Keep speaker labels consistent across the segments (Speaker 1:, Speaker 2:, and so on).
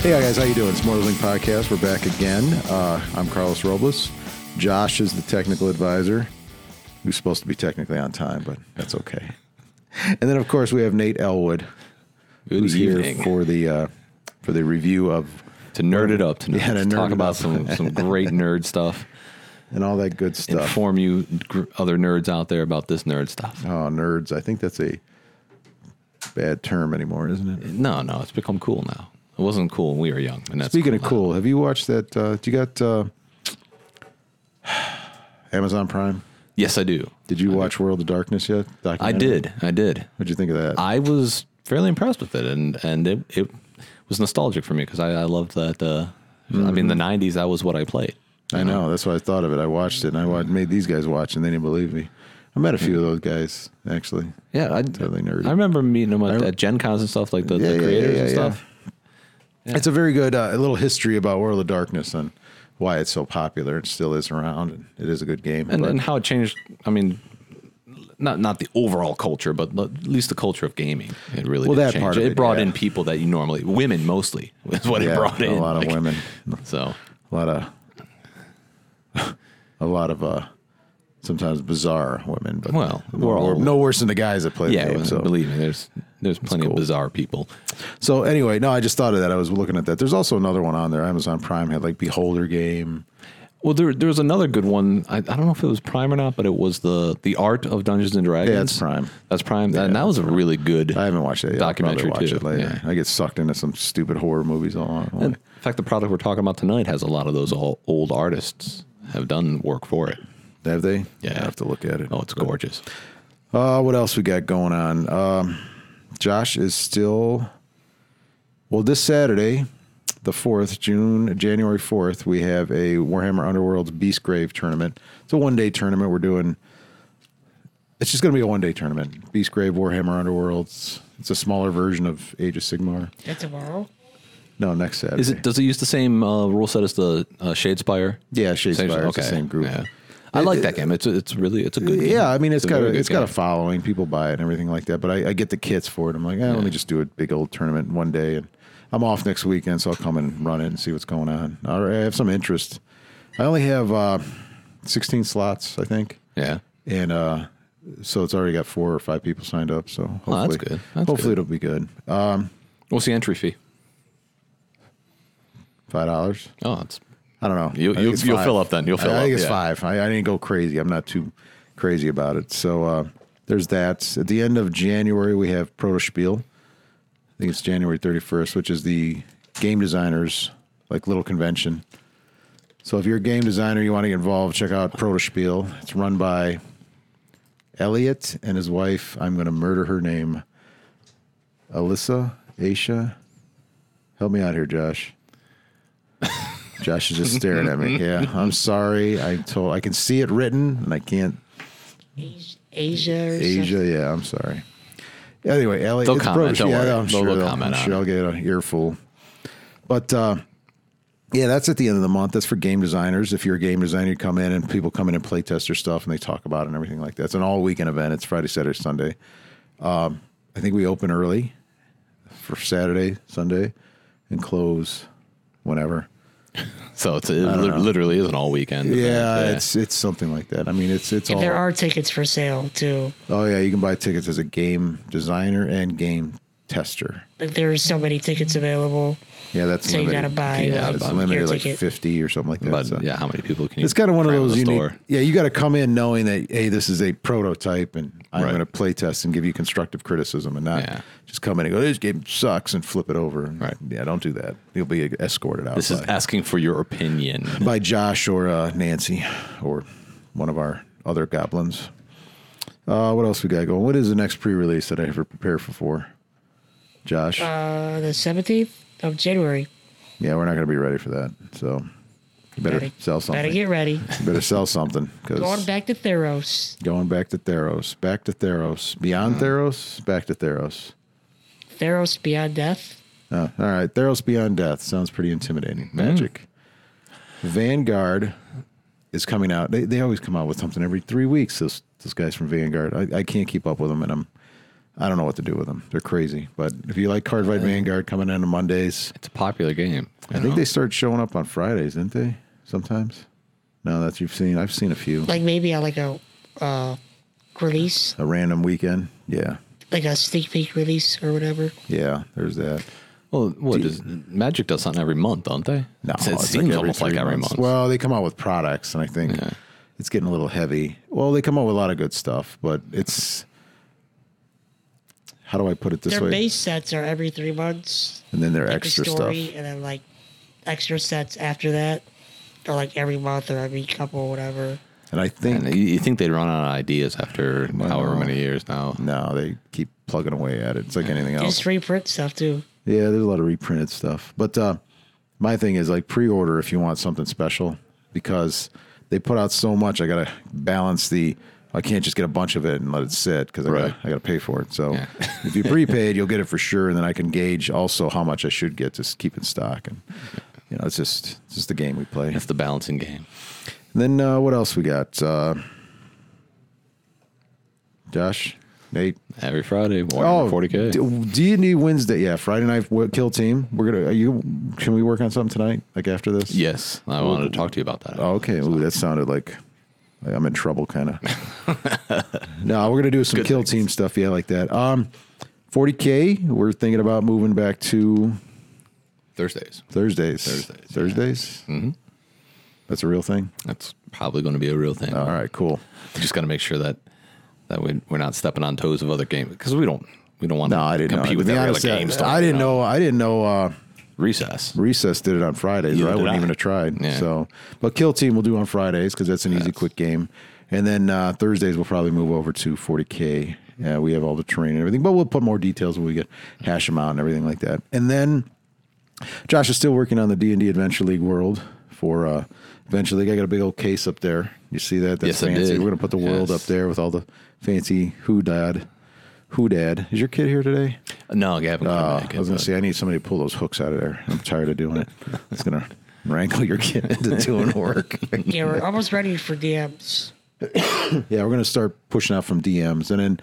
Speaker 1: Hey guys, how you doing? It's Mortal Link Podcast. We're back again. Uh, I'm Carlos Robles. Josh is the technical advisor, who's supposed to be technically on time, but that's okay. And then, of course, we have Nate Elwood,
Speaker 2: Good
Speaker 1: who's here
Speaker 2: evening.
Speaker 1: for the uh, for the review of
Speaker 2: to nerd it up tonight.
Speaker 1: Yeah, to
Speaker 2: Let's
Speaker 1: nerd
Speaker 2: talk
Speaker 1: it up.
Speaker 2: about some some great nerd stuff.
Speaker 1: and all that good stuff.
Speaker 2: Inform you gr- other nerds out there about this nerd stuff.
Speaker 1: oh, nerds! I think that's a bad term anymore, isn't it?
Speaker 2: No, no, it's become cool now. It wasn't cool when we were young, and that's
Speaker 1: Speaking
Speaker 2: now.
Speaker 1: of cool, have you watched that? Uh, do you got uh, Amazon Prime?
Speaker 2: Yes, I do.
Speaker 1: Did you watch World of Darkness yet?
Speaker 2: I
Speaker 1: Documentary?
Speaker 2: did. I did.
Speaker 1: What'd you think of that?
Speaker 2: I was fairly impressed with it, and and it it was nostalgic for me because I, I loved that. Uh, I
Speaker 1: Mm-hmm.
Speaker 2: mean, the '90s. That was what I played.
Speaker 1: I know. That's what I thought of it. I watched it and I wa- made these guys watch and they didn't believe me. I met a few of those guys actually.
Speaker 2: Yeah, I
Speaker 1: Totally nerdy.
Speaker 2: I remember meeting them at,
Speaker 1: I-
Speaker 2: at Gen Cons and stuff, like the,
Speaker 1: Yeah, yeah,
Speaker 2: the creators
Speaker 1: yeah,
Speaker 2: and
Speaker 1: yeah.
Speaker 2: stuff.
Speaker 1: It's a very good uh, little history about World of Darkness and why it's so popular and still is around and it is a good game.
Speaker 2: and,
Speaker 1: but-
Speaker 2: and how it changed. I mean, not not the overall culture, but l- at least the culture of gaming. It really
Speaker 1: Well,
Speaker 2: did
Speaker 1: that
Speaker 2: change.
Speaker 1: part of
Speaker 2: it,
Speaker 1: it,
Speaker 2: brought
Speaker 1: yeah.
Speaker 2: in people that you normally women mostly is what
Speaker 1: yeah,
Speaker 2: it brought in.
Speaker 1: a lot
Speaker 2: like,
Speaker 1: of women,
Speaker 2: So
Speaker 1: a lot of a lot of uh sometimes bizarre women, but
Speaker 2: Well,
Speaker 1: no,
Speaker 2: we're all-
Speaker 1: wor- no worse than the guys that play
Speaker 2: yeah,
Speaker 1: the game. So.
Speaker 2: believe me, there's there's plenty of bizarre people.
Speaker 1: so anyway, no, I just thought of that. I was looking at that. There's also another one on there. Amazon Prime had like Beholder game.
Speaker 2: Well, there, there was another good one. I, I don't know if it was Prime or not, but it was the the art of Dungeons and Dragons.
Speaker 1: it's Prime.
Speaker 2: That's Prime, and that was a really good.
Speaker 1: I haven't watched it yet. I'll probably
Speaker 2: Documentary
Speaker 1: watch
Speaker 2: too,
Speaker 1: it later. I get sucked into some stupid horror movies all along. the way.
Speaker 2: in fact, the product we're talking about tonight has a lot of those all, old artists have done work for it.
Speaker 1: Have they?
Speaker 2: Yeah.
Speaker 1: I have to look at it.
Speaker 2: Oh, it's gorgeous.
Speaker 1: Uh, what else we got going on? Um, Josh is still. Well, this Saturday, the fourth, June, January fourth, we have a Warhammer Underworld's Beast Grave tournament. It's a one-day tournament. We're doing. It's just going to be a one-day tournament. Beast Grave, Warhammer Underworlds. It's a smaller version of Age of Sigmar.
Speaker 3: That's a tomorrow.
Speaker 1: No, next Saturday.
Speaker 2: Is it? Does it use the same uh, rule set as the uh, Shadespire?
Speaker 1: Yeah, Shadespire. It's the same group.
Speaker 2: Yeah. I like that game. It's a, it's really it's a good. game.
Speaker 1: Yeah, I mean, it's
Speaker 2: a
Speaker 1: got
Speaker 2: very
Speaker 1: a,
Speaker 2: good
Speaker 1: it's got a
Speaker 2: game.
Speaker 1: following. People buy it and everything like that. But I, I get the kits for it. I'm like, eh, let me just do a big old tournament one day. And I'm off next weekend, so I'll come and run it and see what's going on. All right, I have some interest. I only have uh, 16 slots, I think,
Speaker 2: yeah.
Speaker 1: and uh, so it's already got four or five people signed up. So hopefully,
Speaker 2: Oh, that's good. That's
Speaker 1: hopefully
Speaker 2: good.
Speaker 1: it'll be good. Uh,
Speaker 2: What's the entry fee?
Speaker 1: Five dollars.
Speaker 2: Oh, it's
Speaker 1: I don't know.
Speaker 2: You-
Speaker 1: I think
Speaker 2: you-
Speaker 1: it's
Speaker 2: you'll
Speaker 1: five.
Speaker 2: fill up then. You'll fill
Speaker 1: I, I think
Speaker 2: up,
Speaker 1: it's
Speaker 2: yeah.
Speaker 1: five. I, I didn't go crazy. I'm not too crazy about it. So uh, there's that. At the end of January, we have Proto Spiel. I think it's January 31st, which is the game designers like little convention. So if you're a game designer, you want to get involved, check out Proto Spiel. It's run by Elliot and his wife. I'm going to murder her name. Alyssa, Aisha. Help me out here, Josh. Josh is just staring at me. Yeah, I'm sorry. I told I can see it written and I can't.
Speaker 3: Asia. Asia. Or
Speaker 1: Asia, yeah, I'm sorry. Anyway, Elliot,
Speaker 2: They'll
Speaker 1: it's
Speaker 2: comment,
Speaker 1: British.
Speaker 2: don't
Speaker 1: yeah,
Speaker 2: worry.
Speaker 1: I'm
Speaker 2: They'll-
Speaker 1: sure
Speaker 2: they'll
Speaker 1: they'll- I'm
Speaker 2: comment on
Speaker 1: sure
Speaker 2: it.
Speaker 1: I'll get an earful. But uh, yeah, that's at the end of the month. That's for game designers. If you're a game designer, you come in and people come in and play test their stuff and they talk about it and everything like that. It's an all weekend event. It's Friday, Saturday, Sunday. Um, I think we open early for Saturday, Sunday, and close whenever.
Speaker 2: so it's it li- literally is an all weekend. event.
Speaker 1: Yeah, it's it's something like that. I mean, it's it's all.
Speaker 3: And there are tickets for sale too.
Speaker 1: oh yeah, you can buy tickets as a game designer and game tester.
Speaker 3: Like there's so many tickets available.
Speaker 1: Yeah, that's
Speaker 3: So you
Speaker 1: limited.
Speaker 3: gotta buy,
Speaker 1: Yeah,
Speaker 2: uh,
Speaker 1: it's
Speaker 2: buy
Speaker 3: your
Speaker 1: limited like
Speaker 3: ticket.
Speaker 1: fifty or something like that.
Speaker 2: but
Speaker 1: so.
Speaker 2: yeah, how many people can you?
Speaker 1: It's kind of one of
Speaker 2: cram in
Speaker 1: those
Speaker 2: the
Speaker 1: you
Speaker 2: store?
Speaker 1: need. Yeah, you got to come in knowing that hey, this is a prototype, and I'm
Speaker 2: Right.
Speaker 1: going to play test and give you constructive criticism, and not
Speaker 2: Yeah.
Speaker 1: just come in and go, "This game sucks," and flip it over.
Speaker 2: Right.
Speaker 1: Yeah, don't do that. You'll be escorted out.
Speaker 2: This is
Speaker 1: by-
Speaker 2: asking for your opinion.
Speaker 1: by Josh or uh, Nancy or one of our other goblins. Uh, what else we got going? What is the next pre-release that I have to prepare for? for? Josh,
Speaker 3: Uh, the 17th of January.
Speaker 1: yeah, we're not going to be ready for that, so you better
Speaker 3: Ready.
Speaker 1: sell something.
Speaker 3: Gotta get ready.
Speaker 1: You better sell something
Speaker 3: Going
Speaker 1: because
Speaker 3: back to Theros.
Speaker 1: going back to Theros, back to Theros, beyond
Speaker 3: Mm.
Speaker 1: Theros, back to Theros.
Speaker 3: Theros Beyond Death.
Speaker 1: Uh, all right, Theros Beyond Death sounds pretty intimidating. Magic. Vanguard is coming out. They, they always come out with something every three weeks. Those those guys from Vanguard. I, I can't keep up with them, and I'm I don't know what to do with them. They're crazy. But if you like Card Fight Vanguard coming in on Mondays,
Speaker 2: It's a popular game. you
Speaker 1: I think
Speaker 2: know?
Speaker 1: they start showing up on Fridays, didn't they? Sometimes. No, that's you've seen. I've seen a few.
Speaker 3: Like maybe I like a uh, release,
Speaker 1: a random weekend. Yeah,
Speaker 3: like a sneak peek release or whatever.
Speaker 1: yeah. There's that.
Speaker 2: Well, what does Magic does something every month, don't they?
Speaker 1: No,
Speaker 2: It's- it
Speaker 1: it's
Speaker 2: seems
Speaker 1: every
Speaker 2: almost like
Speaker 1: three
Speaker 2: every
Speaker 1: months.
Speaker 2: month.
Speaker 1: Well, they come out with products, and I think
Speaker 2: Yeah.
Speaker 1: it's getting a little heavy. Well, they come out with a lot of good stuff, but it's how do I put it this
Speaker 3: Their
Speaker 1: way?
Speaker 3: base sets are every three months.
Speaker 1: and then their
Speaker 3: like
Speaker 1: extra
Speaker 3: the
Speaker 1: stuff.
Speaker 3: story, and then like extra sets after that, or like every month or every couple, whatever.
Speaker 1: And I think
Speaker 2: and you- you think they'd run out of ideas after
Speaker 1: Well,
Speaker 2: however many years now?
Speaker 1: no, they keep plugging away at it. It's like anything
Speaker 3: They
Speaker 1: else.
Speaker 3: Just reprint stuff too.
Speaker 1: Yeah, there's a lot of reprinted stuff. But uh, my thing is like pre-order if you want something special because they put out so much. I gotta balance the. I can't just get a bunch of it and let it sit because I,
Speaker 2: Right.
Speaker 1: gotta I gotta pay for it. So
Speaker 2: Yeah.
Speaker 1: if you prepaid, you'll get it for sure, and then I can gauge also how much I should get to s- keep in stock. And you know, it's just it's just the game we play.
Speaker 2: It's the balancing game.
Speaker 1: And then uh, what else we got? Uh, Josh, Nate.
Speaker 2: Every Friday, Warhammer 40K.
Speaker 1: Oh, D and D Wednesday. Yeah, Friday night w- kill team. We're gonna. Are you? Can we work on something tonight? Like after this?
Speaker 2: yes, I wanted to talk to you about that.
Speaker 1: Oh, okay. Ooh, that sounded like like I'm in trouble, kind of. no, we're gonna do some kill team stuff. Yeah, like that. Um, 40k. We're thinking about moving back to
Speaker 2: Thursdays.
Speaker 1: Thursdays.
Speaker 2: Thursdays, yeah.
Speaker 1: Thursdays. Mm-hmm. That's a real thing.
Speaker 2: That's probably going to be a real thing.
Speaker 1: All right. Cool.
Speaker 2: We just got to make sure that that we, we're not stepping on toes of other games because we don't we don't want
Speaker 1: No,
Speaker 2: to
Speaker 1: I didn't
Speaker 2: compete
Speaker 1: know.
Speaker 2: with
Speaker 1: To be
Speaker 2: every
Speaker 1: honest,
Speaker 2: other
Speaker 1: I-
Speaker 2: game.
Speaker 1: I didn't know. I didn't know. uh
Speaker 2: recess.
Speaker 1: Recess did it on Fridays.
Speaker 2: Neither
Speaker 1: or I
Speaker 2: did
Speaker 1: wouldn't
Speaker 2: I.
Speaker 1: even have tried.
Speaker 2: Yeah.
Speaker 1: So, but Kill Team we'll do on Fridays because that's an easy, quick game. And then uh, Thursdays we'll probably move over to 40k. Uh, we have all the terrain and everything, but we'll put more details when we get hash them out and everything like that. And then Josh is still working on the D and D Adventure League world for uh, Adventure League. I got a big old case up there. You see that? That's
Speaker 2: Yes, I
Speaker 1: fancy.
Speaker 2: did.
Speaker 1: We're gonna put the world
Speaker 2: Yes.
Speaker 1: up there with all the fancy who dad. Who dad? Is your kid here today?
Speaker 2: No, Gavin. couldn't
Speaker 1: Uh,
Speaker 2: make it,
Speaker 1: I was going
Speaker 2: but-
Speaker 1: to say, I need somebody to pull those hooks out of there. I'm tired of doing it. It's going to wrangle your kid into doing work.
Speaker 3: Yeah, we're almost ready for um, DMs.
Speaker 1: yeah, we're going to start pushing out from DMs. And then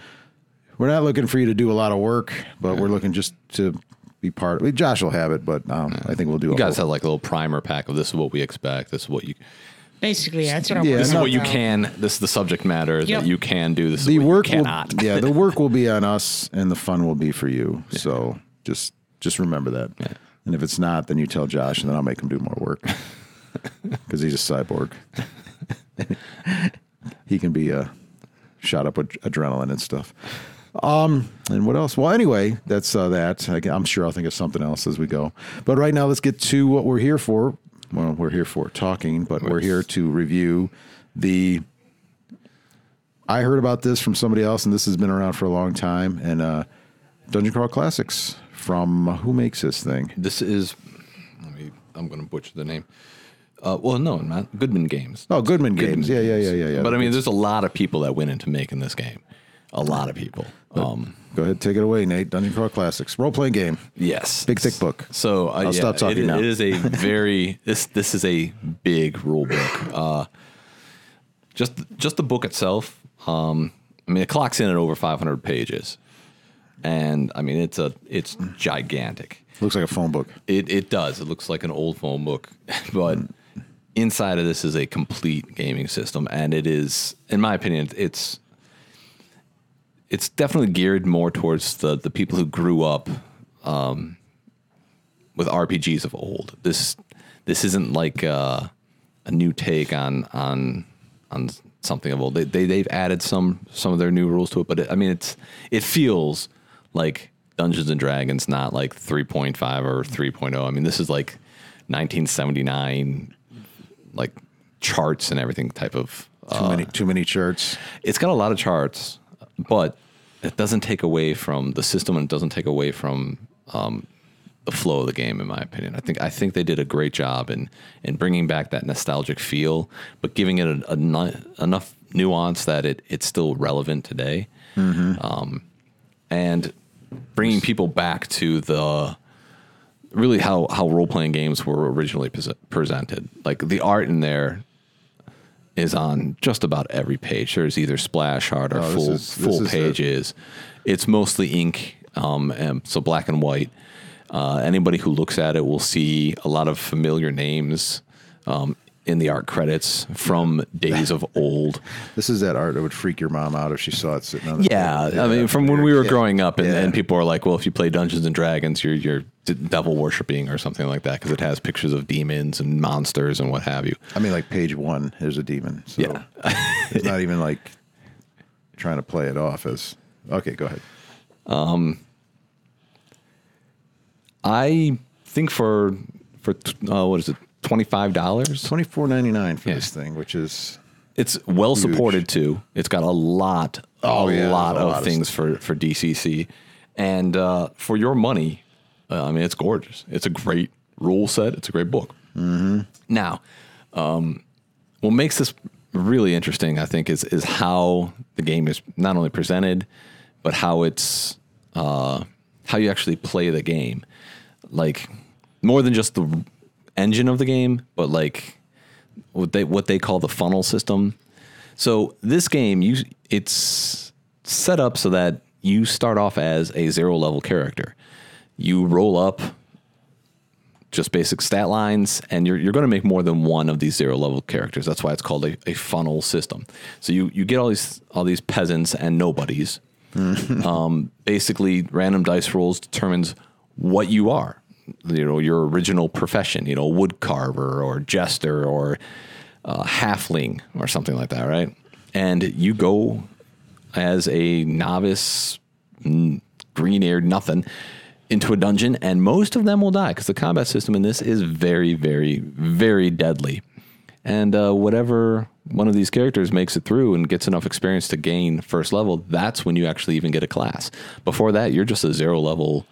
Speaker 1: we're not looking for you to do a lot of work, but we're looking just to be part of it. Josh will have it, but um, I think we'll do
Speaker 2: you
Speaker 1: a
Speaker 2: guys
Speaker 1: whole-
Speaker 2: have like a little primer pack of this is what we expect. This is what you.
Speaker 3: Basically, that's what I'm.
Speaker 1: Yeah,
Speaker 3: working
Speaker 2: This is
Speaker 1: no
Speaker 2: what you
Speaker 3: on.
Speaker 2: can. This is the subject matter
Speaker 3: Yep.
Speaker 2: that you can do. This is
Speaker 1: the
Speaker 2: what
Speaker 1: work.
Speaker 2: you
Speaker 1: will-
Speaker 2: cannot.
Speaker 1: yeah, the work will be on us and the fun will be for you. So just just remember that. And if it's not, then you tell Josh and then I'll make him do more work because he's a cyborg. he can be uh, shot up with adrenaline and stuff. Um, and what else? Well, anyway, that's uh, that. I, am sure I'll think of something else as we go. But right now, let's get to what we're here for. Well, we're here for talking, but we're here to review the. I heard about this from somebody else, and this has been around for a long time. And uh, Dungeon Crawl Classics from who makes this thing?
Speaker 2: This is. Let me. I'm going to butcher the name. Uh, well, no, not Goodman Games.
Speaker 1: Oh, Goodman Games. Yeah, yeah, yeah, yeah, yeah.
Speaker 2: But uh, I mean, there's a lot of people that went into making this game. A lot of people. Um,
Speaker 1: go ahead, take it away, Nate. Dungeon Crawl Classics role playing game.
Speaker 2: yes.
Speaker 1: Big thick book.
Speaker 2: So uh,
Speaker 1: I'll
Speaker 2: yeah,
Speaker 1: stop talking
Speaker 2: it-
Speaker 1: now.
Speaker 2: It is a very this this is a big rule book. Uh, just just the book itself. Um, I mean, it clocks in at over 500 pages, and I mean, it's a it's gigantic.
Speaker 1: Looks like a phone book.
Speaker 2: It it does. It looks like an old phone book, but inside of this is a complete gaming system, and it is, in my opinion, it's it's definitely geared more towards the the people who grew up um, with RPGs of old. This this isn't like uh, a new take on on on something of old. They, they they've added some some of their new rules to it, but it, I mean it's it feels like Dungeons and Dragons, not like 3.5 or 3.0. I mean this is like 1979 like charts and everything type of
Speaker 1: Too
Speaker 2: Uh,
Speaker 1: many, too many charts.
Speaker 2: it's got a lot of charts, but it doesn't take away from the system and it doesn't take away from um, the flow of the game, in my opinion. I think I think they did a great job in in bringing back that nostalgic feel, but giving it a, a nu- enough nuance that it it's still relevant today, um, and bringing people back to the really how how role playing games were originally pres- presented. Like the art in there is on just about every page. There's either splash art or
Speaker 1: Oh, this
Speaker 2: full
Speaker 1: is- this
Speaker 2: full
Speaker 1: is the-
Speaker 2: pages. It's mostly ink, um, and so black and white. Uh, anybody who looks at it will see a lot of familiar names um, in the art credits from days of old.
Speaker 1: This is that art that would freak your mom out if she saw it sitting on the
Speaker 2: Yeah,
Speaker 1: table.
Speaker 2: I mean, from when we were growing up, and,
Speaker 1: Yeah.
Speaker 2: and people were like, "Well, if you play Dungeons and Dragons, you're you're d- devil worshiping or something like that," because it has pictures of demons and monsters and what have you.
Speaker 1: I mean, like page one, there's a demon. So
Speaker 2: Yeah.
Speaker 1: it's not even like trying to play it off as. Okay, go ahead.
Speaker 2: I think for for t- uh, what is it, twenty five dollars?
Speaker 1: Twenty four ninety nine for
Speaker 2: Yeah.
Speaker 1: this thing, which is
Speaker 2: It's well supported too. It's got a lot, a
Speaker 1: Oh, yeah,
Speaker 2: lot
Speaker 1: there's a
Speaker 2: of
Speaker 1: lot of
Speaker 2: things for for DCC, and uh, for your money, uh, I mean, it's gorgeous. It's a great rule set. It's a great book. Mm-hmm. Now, um, what makes this really interesting, I think, is is how the game is not only presented, but how it's uh, how you actually play the game. Like more than just the engine of the game, but like what they what they call the funnel system. So this game, you it's set up so that you start off as a zero level character. You roll up just basic stat lines, and you're you're going to make more than one of these zero level characters. That's why it's called a, a funnel system. So you you get all these all these peasants and nobodies. um, basically, random dice rolls determines what you are. You know your original profession. You know wood carver or jester or uh, halfling or something like that, right? And you go as a novice, green eared, nothing, into a dungeon, and most of them will die because the combat system in this is very, very, very deadly. And uh, whatever one of these characters makes it through and gets enough experience to gain first level, that's when you actually even get a class. Before that, you're just a zero level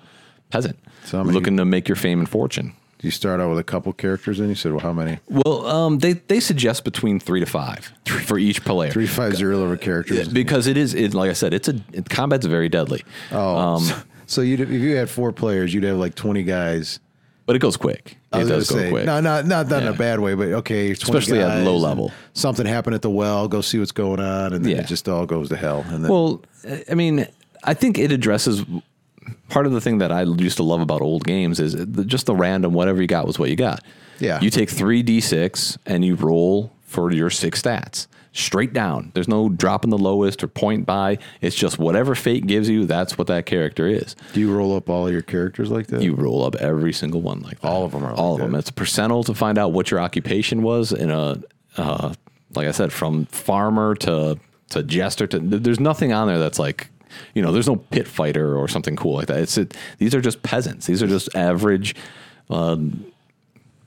Speaker 2: peasant
Speaker 1: So how many-
Speaker 2: looking to make your fame and fortune.
Speaker 1: you start out with a couple characters, and you said, "Well, how many?"
Speaker 2: Well, um, they they suggest between three to five for each player.
Speaker 1: Three five zero level characters.
Speaker 2: because it is it, like I said, it's a it, combat's very deadly,
Speaker 1: oh, so, so you'd, if you had four players, you'd have like twenty guys.
Speaker 2: but it goes quick.
Speaker 1: I
Speaker 2: It
Speaker 1: was gonna
Speaker 2: does go
Speaker 1: say,
Speaker 2: quick.
Speaker 1: No, not not not in
Speaker 2: Yeah.
Speaker 1: a bad way, but okay, 20
Speaker 2: Especially at
Speaker 1: guys
Speaker 2: low
Speaker 1: and
Speaker 2: level.
Speaker 1: Something happened at the well. Go see what's going on, and then
Speaker 2: Yeah.
Speaker 1: it just all goes to hell. And then
Speaker 2: Well, I- I mean, I think it addresses part of the thing that I used to love about old games is the, just the random whatever you got was what you got.
Speaker 1: Yeah.
Speaker 2: You take 3d6 and you roll for your six stats straight down. There's no dropping the lowest or point by. It's just whatever fate gives you, that's what that character is.
Speaker 1: do you roll up all your characters like that?
Speaker 2: You roll up every single one like that.
Speaker 1: All of 'em are like
Speaker 2: all of
Speaker 1: that.
Speaker 2: them. It's a percentile to find out what your occupation was in a, uh, like I said, from farmer to to jester to. th- There's nothing on there that's like, you know, there's no pit fighter or something cool like that. It's it, these are just peasants. These are just average, um,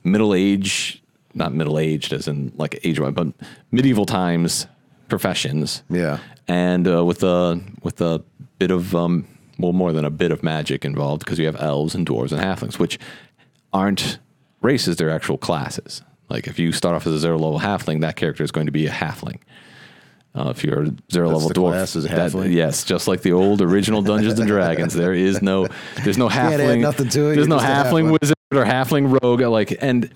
Speaker 2: middle age, not middle aged as in like age wise, but medieval times professions
Speaker 1: yeah.
Speaker 2: and uh, with a with a bit of um, well, more than a bit of magic involved because you have elves and dwarves and halflings, which aren't races; they're actual classes. Like if you start off as a zero level halfling, that character is going to be a halfling. Uh, if you're a zero
Speaker 1: That's
Speaker 2: level
Speaker 1: the
Speaker 2: dwarf,
Speaker 1: class is a
Speaker 2: that-
Speaker 1: halfling?
Speaker 2: yes, just like the old original Dungeons and Dragons, there is no, there's no
Speaker 1: add
Speaker 2: halfling,
Speaker 1: nothing to it, you're
Speaker 2: There's no
Speaker 1: just a
Speaker 2: halfling
Speaker 1: halfling.
Speaker 2: wizard or halfling rogue. Like and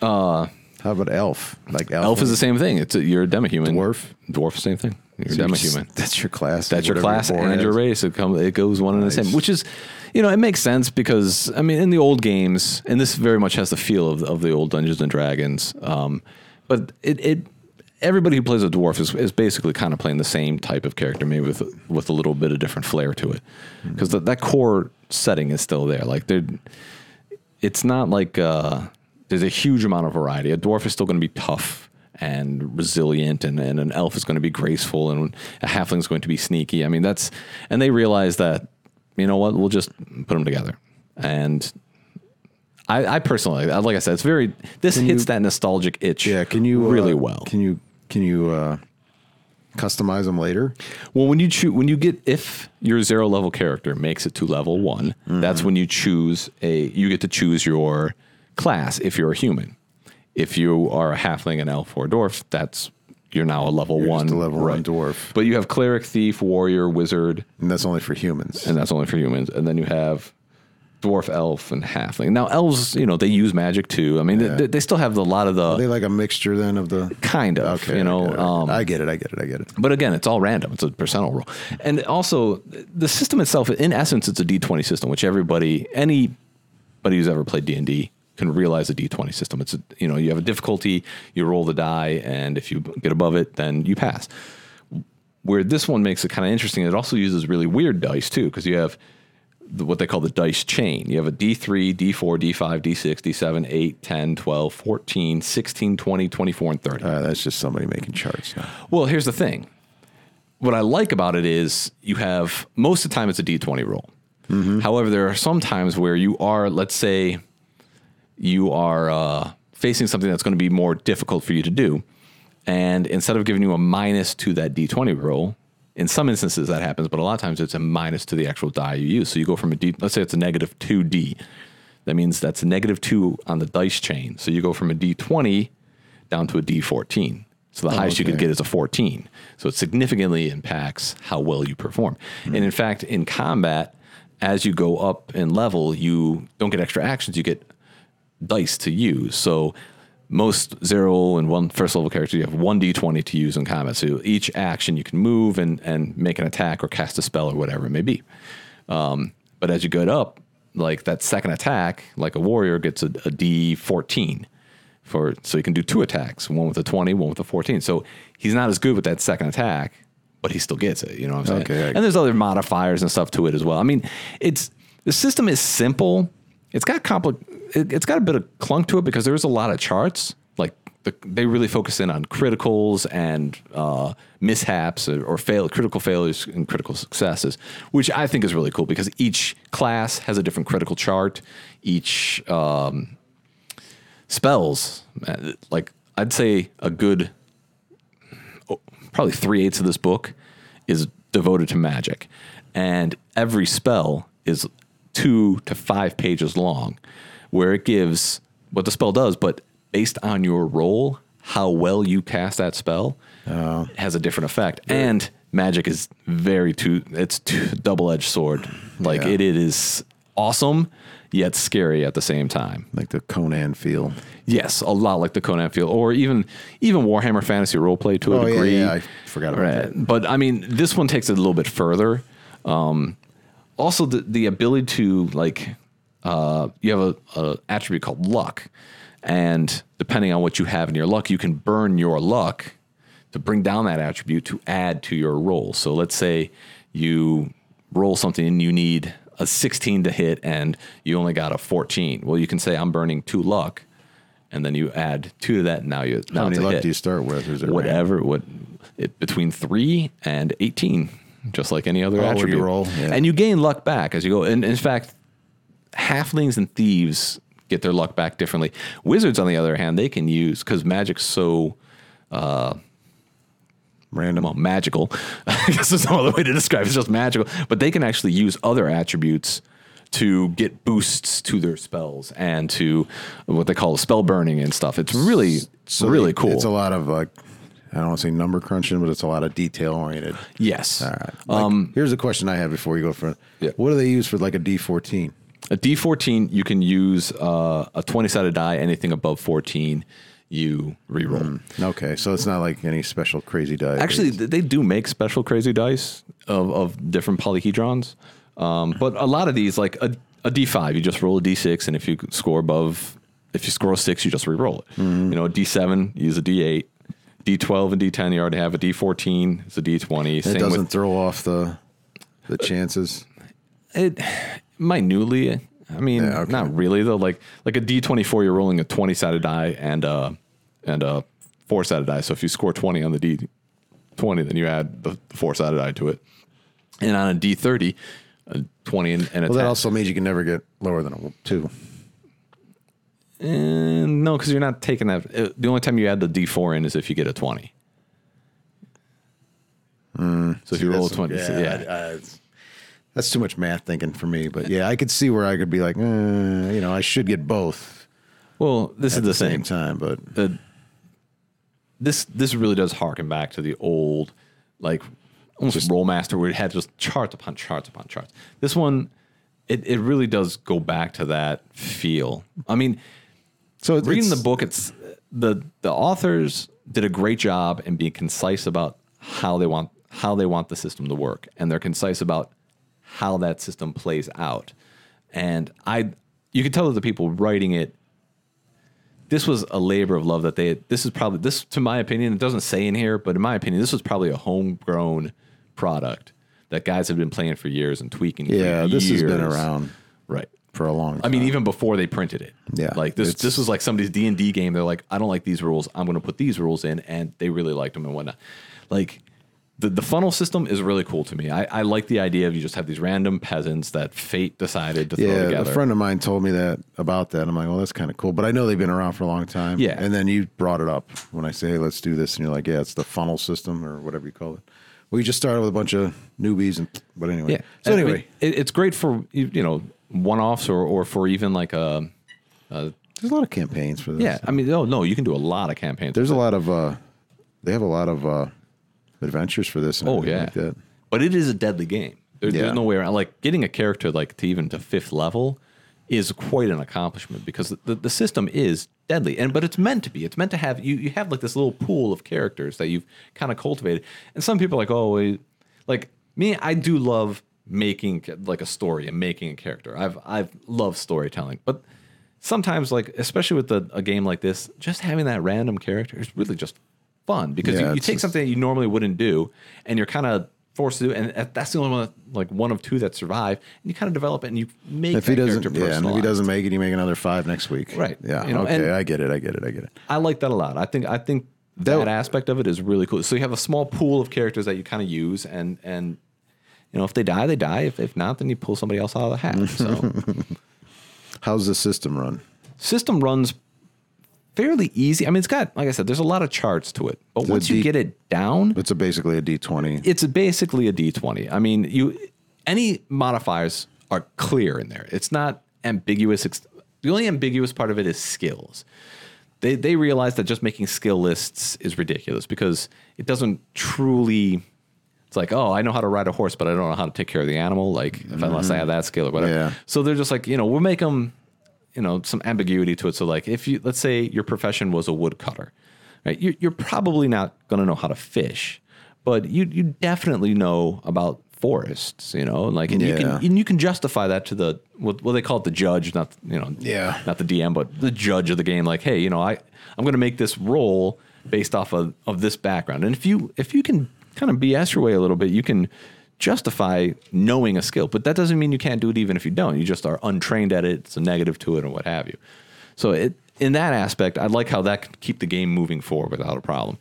Speaker 1: How about elf? Like elf,
Speaker 2: elf is the
Speaker 1: and
Speaker 2: same thing. It's a, you're a demihuman.
Speaker 1: Dwarf?
Speaker 2: dwarf, same thing. You're a
Speaker 1: you're
Speaker 2: demihuman.
Speaker 1: just- That's your class.
Speaker 2: That's your
Speaker 1: whatever you're
Speaker 2: class
Speaker 1: born
Speaker 2: and your
Speaker 1: as.
Speaker 2: race. It comes, it goes one and the
Speaker 1: Nice.
Speaker 2: same, which is, you know, it makes sense because I mean, in the old games, and this very much has the feel of, of the old Dungeons and Dragons. Um, but it, it, everybody who plays a dwarf is, is basically kind of playing the same type of character, maybe with with a little bit of different flair to it, because that core setting is still there. Like they're it's not like uh, there's a huge amount of variety. A dwarf is still going to be tough and resilient, and, and an elf is going to be graceful, and a halfling is going to be sneaky. I mean, that's and they realize that you know what, we'll just put them together. And I, I personally, like I said, it's very this hits that nostalgic itch.
Speaker 1: Yeah. Can you uh,
Speaker 2: really well?
Speaker 1: Can you can you uh, customize them later?
Speaker 2: Well, when you choose, when you get, if your zero level character makes it to level one,
Speaker 1: Mm-hmm.
Speaker 2: that's when you choose a, you get to choose your class if you're a human. If you are a halfling, an elf, or a dwarf, that's, you're now a level
Speaker 1: You're
Speaker 2: one.
Speaker 1: just a level one dwarf.
Speaker 2: But you have cleric, thief, warrior, wizard,
Speaker 1: And that's only for humans.
Speaker 2: and that's only for humans. And then you have dwarf elf and halfling. Now elves, you know, they use magic too. I mean,
Speaker 1: Yeah.
Speaker 2: they, they still have a lot of the
Speaker 1: Are they like a mixture then of the
Speaker 2: kind of,
Speaker 1: okay
Speaker 2: you know.
Speaker 1: I get, it,
Speaker 2: um,
Speaker 1: I get it I get it I get it
Speaker 2: but again, it's all random. It's a percentile roll, and also the system itself, in essence, it's a D twenty system, which everybody, anybody who's ever played D anD D, can realize a D twenty system. It's a, you know you have a difficulty, you roll the die, and if you get above it, then you pass. Where this one makes it kind of interesting, it also uses really weird dice too, because you have the, what they call the dice chain. You have a D3, D4, D5, D6, D7, 8, 10, 12, 14, 16, 20, 24, and 30.
Speaker 1: Uh, that's just somebody making charts now.
Speaker 2: Well, here's the thing. What I like about it is you have most of the time it's a D20 roll. However, there are some times where you are, let's say, you are uh, facing something that's going to be more difficult for you to do. And instead of giving you a minus to that D20 roll, in some instances that happens, but a lot of times it's a minus to the actual die you use. So you go from a D, let's say it's a negative 2D. That means that's a negative 2 on the dice chain. So you go from a D20 down to a D14. So the highest you could
Speaker 1: okay.
Speaker 2: get is a 14. So it significantly impacts how well you perform. And in fact, in combat, as you go up in level, you don't get extra actions, you get dice to use. So most zero and one first level characters, you have one d20 to use in combat. So each action you can move and, and make an attack or cast a spell or whatever it may be. Um, but as you get up, like that second attack, like a warrior gets a a d14 for so he can do two attacks, one with a 20, one with a 14. So he's not as good with that second attack, but he still gets it. You know what I'm saying?
Speaker 1: Okay, I-
Speaker 2: and there's other modifiers and stuff to it as well. I mean, it's the system is simple. It's got compli- it, It's got a bit of clunk to it because there's a lot of charts. Like the, they really focus in on criticals and uh, mishaps or, or fail critical failures and critical successes, which I think is really cool because each class has a different critical chart. Each um, spells, uh, like I'd say a good oh, probably three eighths of this book is devoted to magic, and every spell is two to five pages long, where it gives what the spell does, but based on your role, how well you cast that spell has a different effect. And magic is very two; it's two, double-edged sword. Like
Speaker 1: Yeah.
Speaker 2: it, it is awesome yet scary at the same time.
Speaker 1: Like the Conan feel.
Speaker 2: Yes, a lot like the Conan feel, or even even Warhammer Fantasy roleplay to a
Speaker 1: Oh, yeah,
Speaker 2: degree.
Speaker 1: yeah, I forgot about
Speaker 2: Right. But I mean, this one takes it a little bit further. Um, also, the the ability to like uh, you have a, a attribute called luck, and depending on what you have in your luck, you can burn your luck to bring down that attribute to add to your roll. So let's say you roll something and you need a 16 to hit and you only got a 14. Well, you can say I'm burning two luck and then you add two to that and now you now
Speaker 1: How many
Speaker 2: it's a
Speaker 1: luck
Speaker 2: hit
Speaker 1: do you start with? Is it random?
Speaker 2: whatever what it, between three and eighteen, just like any other
Speaker 1: Oh, what do you
Speaker 2: attribute.
Speaker 1: roll? Yeah.
Speaker 2: And you gain luck back as you go. And in fact, halflings and thieves get their luck back differently. Wizards, on the other hand, they can use because magic's so
Speaker 1: Random.
Speaker 2: well, magical. I guess there's no other way to describe it. It's just magical. But they can actually use other attributes to get boosts to their spells and to what they call spell burning and stuff. It's really, really
Speaker 1: they-
Speaker 2: cool.
Speaker 1: It's a lot of like, I don't want to say number crunching, but it's a lot of detail oriented.
Speaker 2: yes.
Speaker 1: All right. um, here's a question I have before you go for.
Speaker 2: Yeah.
Speaker 1: What do they use for like a D14?
Speaker 2: A D14, you can use uh, a 20 sided die. Anything above 14, you reroll.
Speaker 1: Hmm. Okay, so it's not like any special crazy die.
Speaker 2: Actually, th- they do make special crazy dice of, of different polyhedrons. Um, but a lot of these, like a, a D5, you just roll a D6, and if you score above, if you score a six, you just reroll it.
Speaker 1: Hmm.
Speaker 2: You know, a D7, use a D8. D12 and D10, you already have a D14, it's a D20.
Speaker 1: it
Speaker 2: Same
Speaker 1: doesn't
Speaker 2: with
Speaker 1: throw off the the chances.
Speaker 2: it minutely. I mean,
Speaker 1: Yeah, okay.
Speaker 2: not really though. Like like a D twenty four, you're rolling a twenty sided die and a and a four sided die. So if you score twenty on the D twenty, then you add the four sided die to it. And on a D thirty, a twenty and, and a
Speaker 1: Well, that
Speaker 2: 10.
Speaker 1: also means you can never get lower than a two.
Speaker 2: Eh, no, because you're not taking that. uh, The only time you add the D four in is if you get a twenty. so if you roll a
Speaker 1: Hmm. That's-
Speaker 2: twenty, yeah,
Speaker 1: I- I- it's- that's too much math thinking for me. But yeah, I could see where I could be like, eh, you know, I should get both
Speaker 2: well, this is
Speaker 1: at
Speaker 2: the,
Speaker 1: the
Speaker 2: same.
Speaker 1: same time. But
Speaker 2: the this this really does harken back to the old like almost rollmaster where it had just charts upon charts upon charts. This one it, it really does go back to that feel. I mean,
Speaker 1: So it's,
Speaker 2: reading the
Speaker 1: it's-
Speaker 2: book, it's the the authors did a great job in being concise about how they want how they want the system to work, and they're concise about how that system plays out. And I, you could tell that the people writing it, this was a labor of love that they. This is probably this, to my opinion, it doesn't say in here, but in my opinion, this was probably a homegrown product that guys have been playing for years and tweaking. for
Speaker 1: Yeah, this has been
Speaker 2: years.
Speaker 1: around
Speaker 2: right?
Speaker 1: for a long. time.
Speaker 2: I mean, even before they printed it.
Speaker 1: Uh, Yeah,
Speaker 2: Like this,
Speaker 1: it's-
Speaker 2: this was like somebody's D and D game. They're like, I don't like these rules. I'm going to put these rules in, and they really liked them and whatnot. Like the the funnel system is really cool to me. I, I like the idea of you just have these random peasants that fate decided to throw
Speaker 1: yeah,
Speaker 2: together.
Speaker 1: a friend of mine told me that about that. I'm like, well, that's kind of cool, but I know they've been around for a long time.
Speaker 2: Yeah.
Speaker 1: and then you brought it up when I say, hey, let's do this, and you're like, yeah, it's the funnel system or whatever you call it. We just started with a bunch of newbies, and but anyway,
Speaker 2: yeah.
Speaker 1: So
Speaker 2: And I
Speaker 1: anyway,
Speaker 2: mean, it, it's great for you you know one offs or or for even like a
Speaker 1: there's a lot of campaigns for this.
Speaker 2: yeah. I mean, oh no, you can do a lot of campaigns.
Speaker 1: there's a lot of uh, they have a lot of uh, adventures for this. And
Speaker 2: Oh
Speaker 1: everything
Speaker 2: yeah,
Speaker 1: like that.
Speaker 2: but it is a deadly game. There-
Speaker 1: Yeah.
Speaker 2: There's no way around. Like getting a character like to even to fifth level is quite an accomplishment because the, the system is deadly, and but it's meant to be. It's meant to have you. You have like this little pool of characters that you've kind of cultivated, and some people are like oh, eh," like me. I do love making like a story and making a character. I've I've loved storytelling, but sometimes like especially with a, a game like this, just having that random character is really just fun because
Speaker 1: Yeah,
Speaker 2: you, you
Speaker 1: it's
Speaker 2: take
Speaker 1: just-
Speaker 2: something something that you normally wouldn't do, and you're kind of forced to do. it, And that- that's the only one, like one of two that survive. And you kind of develop it, and you make
Speaker 1: If he
Speaker 2: that
Speaker 1: doesn't,
Speaker 2: character
Speaker 1: yeah, and if he
Speaker 2: personalized.
Speaker 1: doesn't make it, you make another five next week.
Speaker 2: Right.
Speaker 1: Yeah.
Speaker 2: You know,
Speaker 1: okay.
Speaker 2: and-
Speaker 1: I get it. I get it. I get it.
Speaker 2: I like that a lot. I think I think that,
Speaker 1: That-
Speaker 2: aspect of it is really cool. So you have a small pool of characters that you kind of use, and and you know if they die, they die. If if not, then you pull somebody else out of the hat. So
Speaker 1: How's the system run?
Speaker 2: system runs fairly easy. I mean, it's got like I said, there's a lot of charts to it, but
Speaker 1: The
Speaker 2: once you
Speaker 1: D-
Speaker 2: get it down,
Speaker 1: It's a basically a D twenty.
Speaker 2: it's basically a d20. I mean, you any modifiers are clear in there. It's not ambiguous. It's- The only ambiguous part of it is skills. They they realize that just making skill lists is ridiculous because it doesn't truly. It's like, oh, I know how to ride a horse, but I don't know how to take care of the animal. Like, if, unless I have that skill or whatever.
Speaker 1: Yeah.
Speaker 2: So they're just like, you know, we'll make them, you know, some ambiguity to it. So like, if you let's say your profession was a woodcutter, right? You're, you're probably not going to know how to fish, but you you definitely know about forests, you know, and like, and you
Speaker 1: Yeah.
Speaker 2: can and you can justify that to the what, what they call it the judge, not you know,
Speaker 1: Yeah.
Speaker 2: not the DM, but the judge of the game. Like, hey, you know, I I'm going to make this roll based off of of this background, and if you if you can kind of BS your way a little bit, you can justify knowing a skill, but that doesn't mean you can't do it even if you don't. You just are untrained at it. It's a negative to it, or what have you. So it in that aspect, I like how that can keep the game moving forward without a problem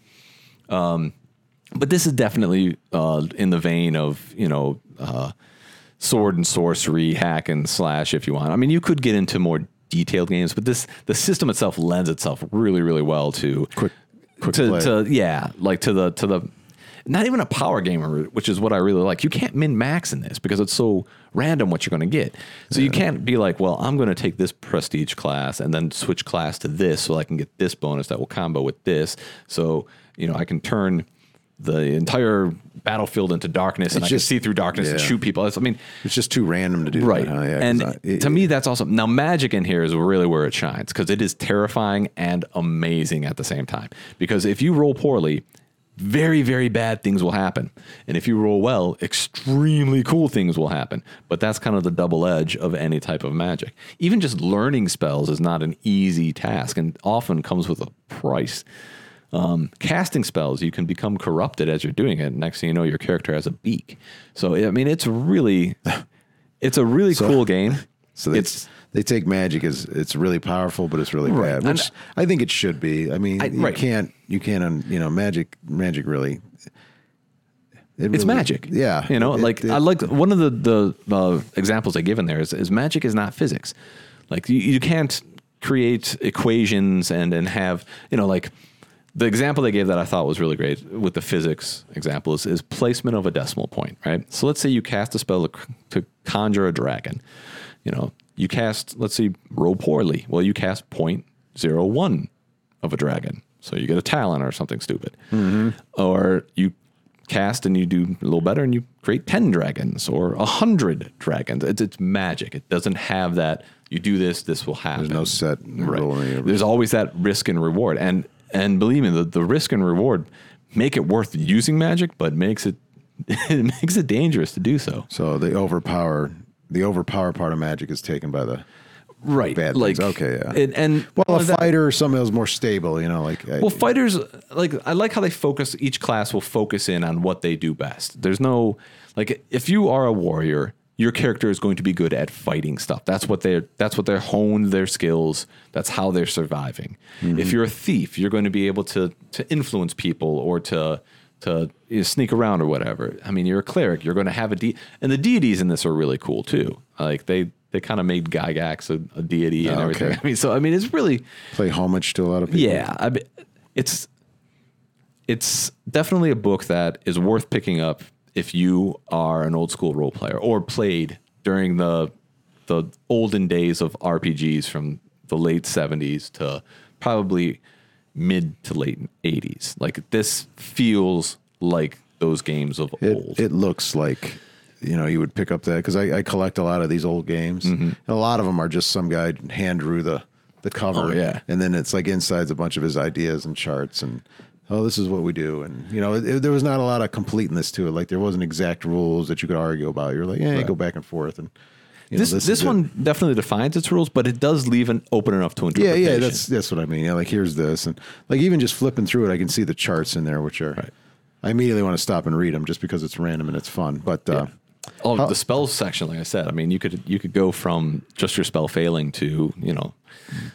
Speaker 2: but this is definitely uh, in the vein of you know uh, sword and sorcery hack and slash if you want i mean you could get into more detailed games but this the system itself lends itself really really well to
Speaker 1: Quick- quick
Speaker 2: to,
Speaker 1: play.
Speaker 2: to yeah like to the to the not even a power gamer which is what i really like you can't min max in this because it's so random what you're going to get so you can't be like well i'm going to take this prestige class and then switch class to this so i can get this bonus that will combo with this so you know i can turn the entire battlefield into darkness and
Speaker 1: It's
Speaker 2: I
Speaker 1: just-
Speaker 2: can see through darkness and
Speaker 1: yeah.
Speaker 2: shoot people. That's- I mean,
Speaker 1: It's just too random to do.
Speaker 2: right.
Speaker 1: That, huh? Yeah, 'cause
Speaker 2: and
Speaker 1: I- it-
Speaker 2: to me, that's awesome. Now, magic in here is really where it shines because it is terrifying and amazing at the same time. Because if you roll poorly, very, very bad things will happen. And if you roll well, extremely cool things will happen. But that's kind of the double edge of any type of magic. Even just learning spells is not an easy task and often comes with a price casting spells, you can become corrupted as you're doing it. Next thing you know, your character has a beak. So I mean, it's really, it's a really cool game.
Speaker 1: so they,
Speaker 2: it's
Speaker 1: they take magic as it's really powerful, but it's really
Speaker 2: Right.
Speaker 1: bad. Which
Speaker 2: And-
Speaker 1: I think it should be. I mean,
Speaker 2: I-
Speaker 1: you
Speaker 2: right.
Speaker 1: can't you can't un- you know magic magic really. it
Speaker 2: it's
Speaker 1: really-
Speaker 2: magic.
Speaker 1: Yeah.
Speaker 2: you know,
Speaker 1: It-
Speaker 2: like
Speaker 1: it-
Speaker 2: I like one of the the uh, examples I give in there is, is magic is not physics. Like you, you can't create equations and and have you know like the example they gave that I thought was really great with the physics example is, is placement of a decimal point. Right. So let's say you cast a spell to, c- to conjure a dragon. You know, you cast let's say roll poorly. Well, you cast point zero
Speaker 1: Mm-hmm.
Speaker 2: one of a dragon. So you get a talon or something stupid. Or you cast and you do a little better and you create 10 dragons or 100 dragons. It's, it's magic. It doesn't have that, you do this, this will happen.
Speaker 1: There's no set
Speaker 2: Right.
Speaker 1: rule. in it.
Speaker 2: There's always that risk and reward, and and believe me, the, the risk and reward make it worth using magic, but makes it it makes it dangerous to do so.
Speaker 1: So the overpower, the overpower part of magic is taken by the
Speaker 2: Right,
Speaker 1: bad
Speaker 2: like
Speaker 1: things. Okay, yeah.
Speaker 2: and, and
Speaker 1: well, a
Speaker 2: that-
Speaker 1: fighter or something that was more stable. You know, like I-
Speaker 2: Well, fighters like I like how they focus. Each class will focus in on what they do best. There's no like if you are a warrior, your character is going to be good at fighting stuff. That's what they're that's what they're honed their skills. That's how they're surviving.
Speaker 1: Mm-hmm.
Speaker 2: If you're a thief, you're going to be able to to influence people or to to you know, sneak around or whatever. I mean, you're a cleric. You're going to have a de- and the deities in this are really cool too. Like they they kind of made Gygax a, a deity and
Speaker 1: Oh, okay.
Speaker 2: everything. I mean, so I mean, it's really
Speaker 1: play homage to a lot of people.
Speaker 2: yeah, I mean, it's it's definitely a book that is worth picking up if you are an old school role player or played during the the olden days of RPGs from the late 70s to probably mid to late 80s. Like this feels like those games of old.
Speaker 1: It, it looks like you know you would pick up that because I, I collect a lot of these old games.
Speaker 2: Mm-hmm.
Speaker 1: And a lot of them are just some guy hand drew the the cover,
Speaker 2: Oh, yeah.
Speaker 1: and then it's like inside's a bunch of his ideas and charts and. Oh, this is what we do, and you know it, there was not a lot of completeness to it. Like there wasn't exact rules that you could argue about. You're like, yeah, go back and forth, and you know,
Speaker 2: this
Speaker 1: is
Speaker 2: this
Speaker 1: it.
Speaker 2: one definitely defines its rules, but it does leave an open enough to
Speaker 1: Yeah,
Speaker 2: interpretation.
Speaker 1: yeah, that's that's what I mean. Yeah, like here's this, and like even just flipping through it, I can see the charts in there, which are. I immediately want to stop and read them just because it's random and it's fun. But uh,
Speaker 2: Oh, the spells section, like I said, I mean, you could you could go from just your spell failing to you know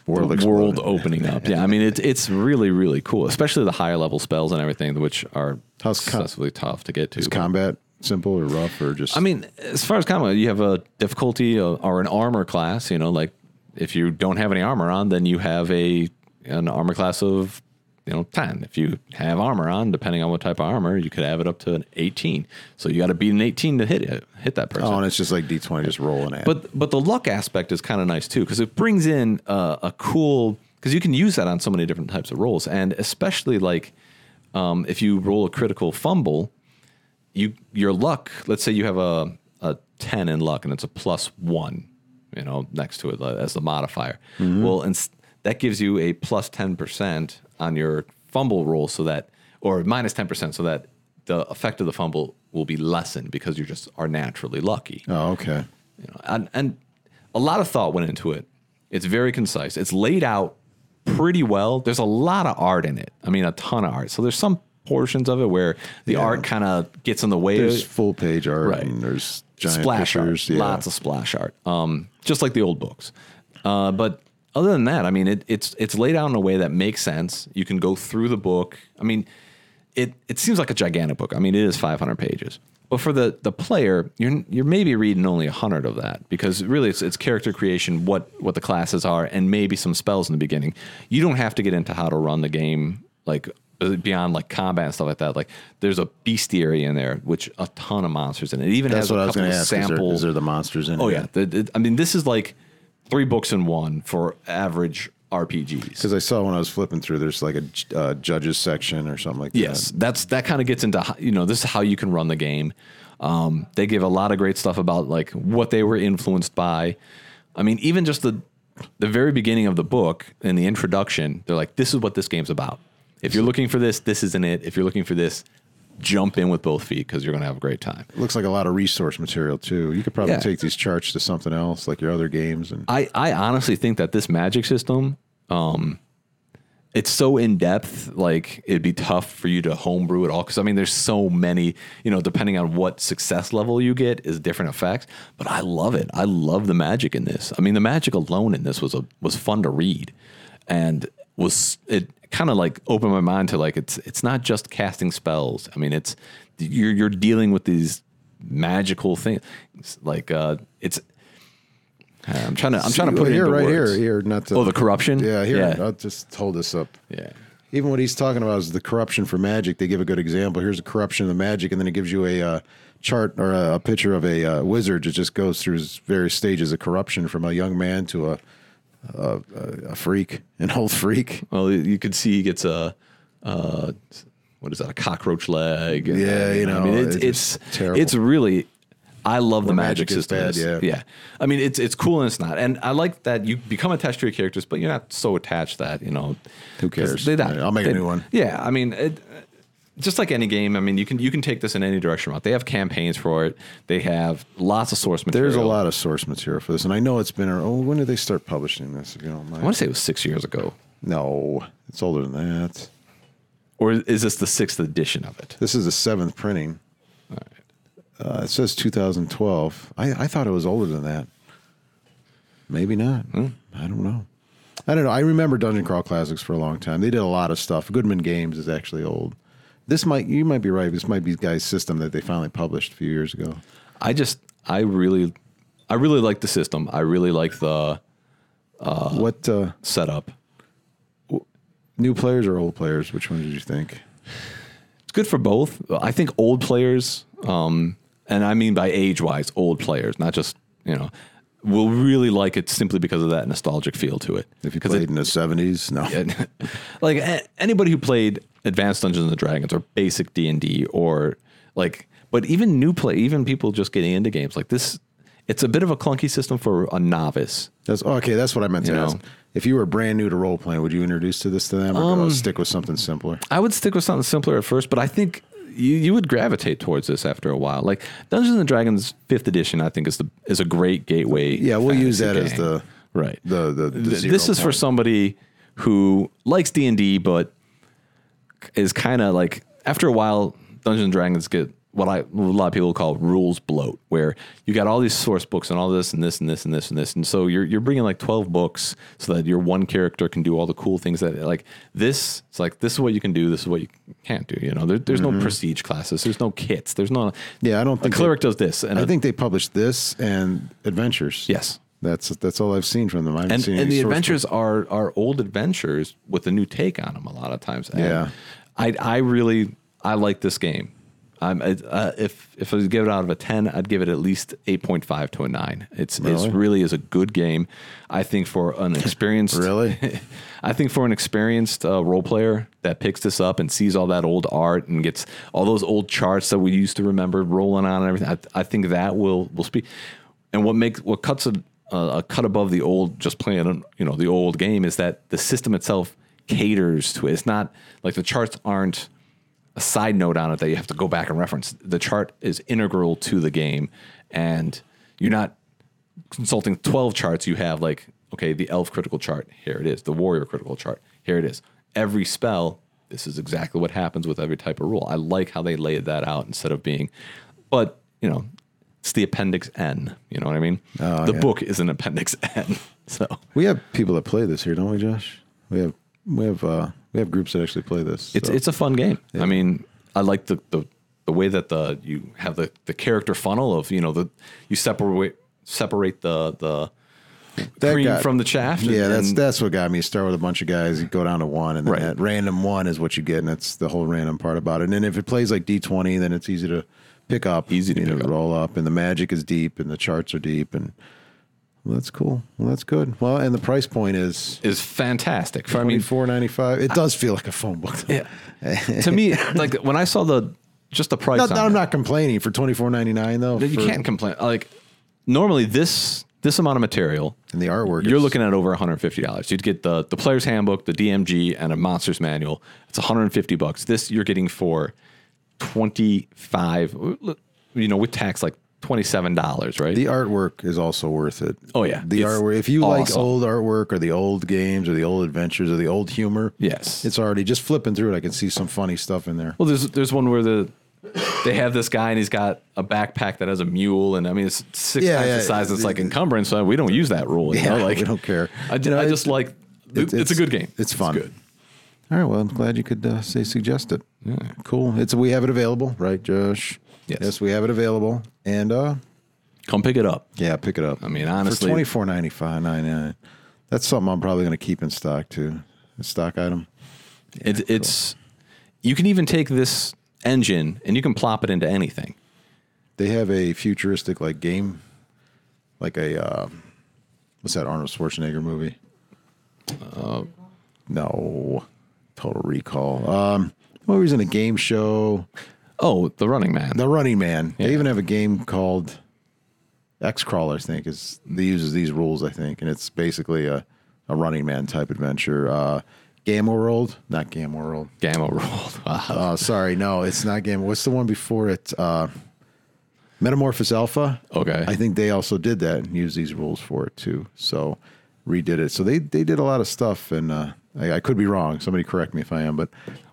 Speaker 1: World
Speaker 2: the world
Speaker 1: exploding.
Speaker 2: opening up. Yeah, I mean, it's it's really really cool, especially the higher level spells and everything, which are
Speaker 1: How's com-
Speaker 2: excessively tough to get to.
Speaker 1: is combat simple or rough or just?
Speaker 2: I mean, as far as combat, you have a difficulty uh, or an armor class. You know, like if you don't have any armor on, then you have a an armor class of you know ten. If you have armor on, depending on what type of armor, you could have it up to an eighteen. So you got to beat an eighteen to hit it, hit that person.
Speaker 1: oh, and it's just like D twenty, just rolling at.
Speaker 2: But but the luck aspect is kind of nice too because it brings in uh, a cool because you can use that on so many different types of rolls and especially like um, if you roll a critical fumble, you your luck. Let's say you have a a ten in luck and it's a plus one, you know, next to it uh, as the modifier. Well, and s- that gives you a plus ten percent on your fumble roll, so that or minus ten percent, so that the effect of the fumble will be lessened because you just are naturally lucky
Speaker 1: oh, okay.
Speaker 2: you know, and, and a lot of thought went into it. It's very concise. It's laid out pretty well. There's a lot of art in it. I mean, a ton of art. So there's some portions of it where the art kind of gets in the way.
Speaker 1: There's full page art
Speaker 2: Right.
Speaker 1: and there's giant
Speaker 2: splash
Speaker 1: pictures.
Speaker 2: art, lots of splash art, um, just like the old books. Uh, but other than that, I mean, it, it's it's laid out in a way that makes sense. You can go through the book. I mean, it it seems like a gigantic book. I mean, it is 500 pages. But for the the player, you're you're maybe reading only 100 of that because really it's it's character creation, what what the classes are, and maybe some spells in the beginning. You don't have to get into how to run the game like beyond like combat and stuff like that. Like there's a bestiary in there, which a ton of monsters in it. It Even
Speaker 1: That's
Speaker 2: has
Speaker 1: what
Speaker 2: a
Speaker 1: I was
Speaker 2: couple
Speaker 1: going to
Speaker 2: of
Speaker 1: ask. Is there,
Speaker 2: sample-
Speaker 1: is there the monsters in?
Speaker 2: oh yeah, The- the- I mean this is like three books in one for average RPGs.
Speaker 1: because I saw when I was flipping through, there's like a j- uh, judges section or something like
Speaker 2: Yes, that's that kind of gets into ho- you know this is how you can run the game. Um, they give a lot of great stuff about like what they were influenced by. I mean, even just the the very beginning of the book and the introduction, they're like, "This is what this game's about." If you're looking for this, this isn't it. If you're looking for this, jump in with both feet because you're gonna have a great time.
Speaker 1: that. Looks like a lot of resource material too. You could probably
Speaker 2: Yeah.
Speaker 1: take these charts to something else, like your other games, and
Speaker 2: I, I honestly think that this magic system, um, it's so in depth. Like it'd be tough for you to homebrew it all because I mean, there's so many. You know, depending on what success level you get, is different effects. But I love it. I love the magic in this. I mean, the magic alone in this was a was fun to read, and was it kind of like opened my mind to like it's it's not just casting spells. I mean, it's you're you're dealing with these magical things like uh it's I'm trying to. I'm trying to
Speaker 1: Well,
Speaker 2: put it
Speaker 1: here,
Speaker 2: into
Speaker 1: right
Speaker 2: words.
Speaker 1: here, here, not to,
Speaker 2: Oh, the corruption.
Speaker 1: Yeah, here.
Speaker 2: Yeah.
Speaker 1: I'll just hold this up.
Speaker 2: Yeah.
Speaker 1: Even what he's talking about is the corruption for magic. They give a good example. Here's a corruption of the magic, and then it gives you a uh, chart or a, a picture of a uh, wizard that just goes through his various stages of corruption from a young man to a a, a, a freak, an old freak.
Speaker 2: Well, you could see he gets a. Uh, what is that? A cockroach leg? and,
Speaker 1: Yeah, you
Speaker 2: I mean,
Speaker 1: know,
Speaker 2: it's
Speaker 1: it's
Speaker 2: it's
Speaker 1: just terrible.
Speaker 2: it's really. I love the
Speaker 1: Where
Speaker 2: magic,
Speaker 1: magic is
Speaker 2: system.
Speaker 1: bad,
Speaker 2: is.
Speaker 1: yeah.
Speaker 2: yeah. I mean, it's it's cool and it's not. And I like that you become attached to your characters, but you're not so attached that you know.
Speaker 1: Who
Speaker 2: 'cause
Speaker 1: cares?
Speaker 2: They die.
Speaker 1: Right, I'll make a
Speaker 2: They-
Speaker 1: new one.
Speaker 2: Yeah, I mean, it, just like any game, I mean, you can you can take this in any direction. Route. They have campaigns for it. They have lots of source material.
Speaker 1: There's a lot of source material for this, and I know it's been. Oh, when did they start publishing this? If you don't mind,
Speaker 2: I want to say it was six years ago,
Speaker 1: no, it's older than that.
Speaker 2: or is this the sixth edition of it?
Speaker 1: This is the seventh printing. Uh, it says 2012. I, I thought it was older than that. Maybe not.
Speaker 2: Hmm?
Speaker 1: I don't know. I don't know. I remember Dungeon Crawl Classics for a long time. They did a lot of stuff. Goodman Games is actually old. This might you might be right. This might be guy's system that they finally published a few years ago.
Speaker 2: I just I really I really like the system. I really like the
Speaker 1: what uh,
Speaker 2: setup.
Speaker 1: new players or old players? Which one did you think?
Speaker 2: It's good for both. I think old players, um, and I mean by age wise, old players, not just you know, will really like it simply because of that nostalgic feel to it.
Speaker 1: If you
Speaker 2: 'Cause
Speaker 1: played
Speaker 2: it-
Speaker 1: in the 70s, no.
Speaker 2: and- like a- anybody who played Advanced Dungeons and Dragons or basic D and D or like, but even new play, even people just getting into games like this, it's a bit of a clunky system for a novice.
Speaker 1: That's okay. That's what I meant to
Speaker 2: You know.
Speaker 1: ask. If you were brand new to role playing, would you introduce to this to them, or
Speaker 2: Um,
Speaker 1: go stick with something simpler?
Speaker 2: I would stick with something simpler at first, but I think you, you would gravitate towards this after a while. Like Dungeons and Dragons Fifth Edition, I think is the is a great gateway.
Speaker 1: Yeah, we'll use
Speaker 2: fantasy
Speaker 1: that as the-
Speaker 2: right.
Speaker 1: The the, the
Speaker 2: Th-
Speaker 1: zero
Speaker 2: this is for
Speaker 1: point.
Speaker 2: somebody who likes D and D, but is kind of like after a while, Dungeons and Dragons get what I what a lot of people call rules bloat, where you got all these source books and all this and this and this and this and this, and so you're you're bringing like twelve books so that your one character can do all the cool things that like this. It's like this is what you can do, this is what you can't do. You know, there, there's no prestige classes, there's no kits, there's no
Speaker 1: Mm-hmm. Yeah, I don't
Speaker 2: a
Speaker 1: think
Speaker 2: cleric does this, and
Speaker 1: I
Speaker 2: a-
Speaker 1: think they published this and Adventures.
Speaker 2: yes.
Speaker 1: that's that's all I've seen from them. I haven't
Speaker 2: and
Speaker 1: seen
Speaker 2: and
Speaker 1: any
Speaker 2: the
Speaker 1: source
Speaker 2: adventures are are old adventures with a new take on them a lot of times. And
Speaker 1: Yeah.
Speaker 2: I I really I like this game. I'm I- uh, if if I was to give it out of a ten, I'd give it at least eight point five to a nine. It's
Speaker 1: Really?
Speaker 2: it's really is a good game. I think for an experienced
Speaker 1: Really?
Speaker 2: I think for an experienced uh, role player that picks this up and sees all that old art and gets all those old charts that we used to remember rolling on and everything, I, I think that will will speak. And what makes what cuts a, a cut above the old just playing you know the old game is that the system itself caters to it. It's not like the charts aren't a side note on it that you have to go back and reference. The chart is integral to the game, and you're not consulting 12 charts, you have like, okay, the elf critical chart, here it is. The warrior critical chart, here it is. Every spell, this is exactly what happens with every type of rule. I like how they laid that out instead of being, but, you know, it's the appendix N. You know what I mean? the
Speaker 1: Oh, yeah.
Speaker 2: book is an appendix N. So,
Speaker 1: We have people that play this here, don't we, Josh? We have we have uh, we have groups that actually play this.
Speaker 2: It's
Speaker 1: so.
Speaker 2: it's a fun game. I mean, I like the, the the way that the you have the the character funnel of you know the you separate separate the the
Speaker 1: That
Speaker 2: cream
Speaker 1: got-
Speaker 2: from the chaff.
Speaker 1: Yeah, that's
Speaker 2: and-
Speaker 1: that's what got me. You start with a bunch of guys, you go down to one, and then
Speaker 2: Right.
Speaker 1: that random one is what you get, and that's the whole random part about it. And then if it plays like D twenty, then it's easy to pick up,
Speaker 2: Easy to
Speaker 1: you know,
Speaker 2: pick up.
Speaker 1: roll up, and the magic is deep, and the charts are deep, and well, that's cool. Well, that's good. Well, and the price point is
Speaker 2: is fantastic. For, I
Speaker 1: I mean
Speaker 2: mean,
Speaker 1: four ninety five. It does feel like a phone book. though.
Speaker 2: yeah. to me, like when I saw the just the price,
Speaker 1: Not
Speaker 2: on
Speaker 1: that I'm
Speaker 2: it,
Speaker 1: not complaining for twenty four ninety nine though.
Speaker 2: you
Speaker 1: for-
Speaker 2: can't complain. Like normally, this this amount of material
Speaker 1: And the artwork.
Speaker 2: You're
Speaker 1: is-
Speaker 2: looking at over 150 dollars. You'd get the the player's handbook, the DMG, and a monsters manual. It's 150 bucks. This you're getting for 25. You know, with tax, like 27 dollars, right?
Speaker 1: The artwork is also worth it.
Speaker 2: Oh, yeah.
Speaker 1: the
Speaker 2: It's
Speaker 1: artwork. If you like
Speaker 2: awesome.
Speaker 1: old artwork or the old games or the old adventures or the old humor,
Speaker 2: Yes.
Speaker 1: it's already just flipping through it. I can see some funny stuff in there.
Speaker 2: well, there's there's one where the they have this guy and he's got a backpack that has a mule, and I mean it's six
Speaker 1: Yeah,
Speaker 2: times
Speaker 1: yeah.
Speaker 2: the size. It's like encumbrance, so we don't use that rule. You know?
Speaker 1: Yeah,
Speaker 2: like
Speaker 1: we don't care.
Speaker 2: I, ju-
Speaker 1: You know,
Speaker 2: I
Speaker 1: it's-
Speaker 2: just like it's, it's a good game.
Speaker 1: It's fun.
Speaker 2: good.
Speaker 1: All right. Well, I'm glad you could uh, say suggest it. Cool. It's we have it available, right, Josh?
Speaker 2: Yes.
Speaker 1: we have it available, and uh,
Speaker 2: Come pick it up.
Speaker 1: yeah, pick it up.
Speaker 2: I mean,
Speaker 1: for
Speaker 2: honestly-
Speaker 1: twenty four ninety five ninety nine, that's something I'm probably going to keep in stock too. A stock item.
Speaker 2: It's it's you can even take this engine and you can plop it into anything.
Speaker 1: They have a futuristic like game, like a uh, what's that Arnold Schwarzenegger movie? no, Total Recall. Um, Well, he was in a game show,
Speaker 2: Oh, the Running Man.
Speaker 1: The Running Man. They even have a game called X Crawler. I think is they uses these rules. I think, and it's basically a a Running Man type adventure. Uh, Game World, not Game World.
Speaker 2: Gamma rolled. Wow.
Speaker 1: Uh, sorry, no, it's not Game. What's the one before it? Uh, Metamorphosis Alpha.
Speaker 2: Okay.
Speaker 1: I think they also did that and used these rules for it too. So redid it. So they they did a lot of stuff, and uh, I, I could be wrong. Somebody correct me if I am, but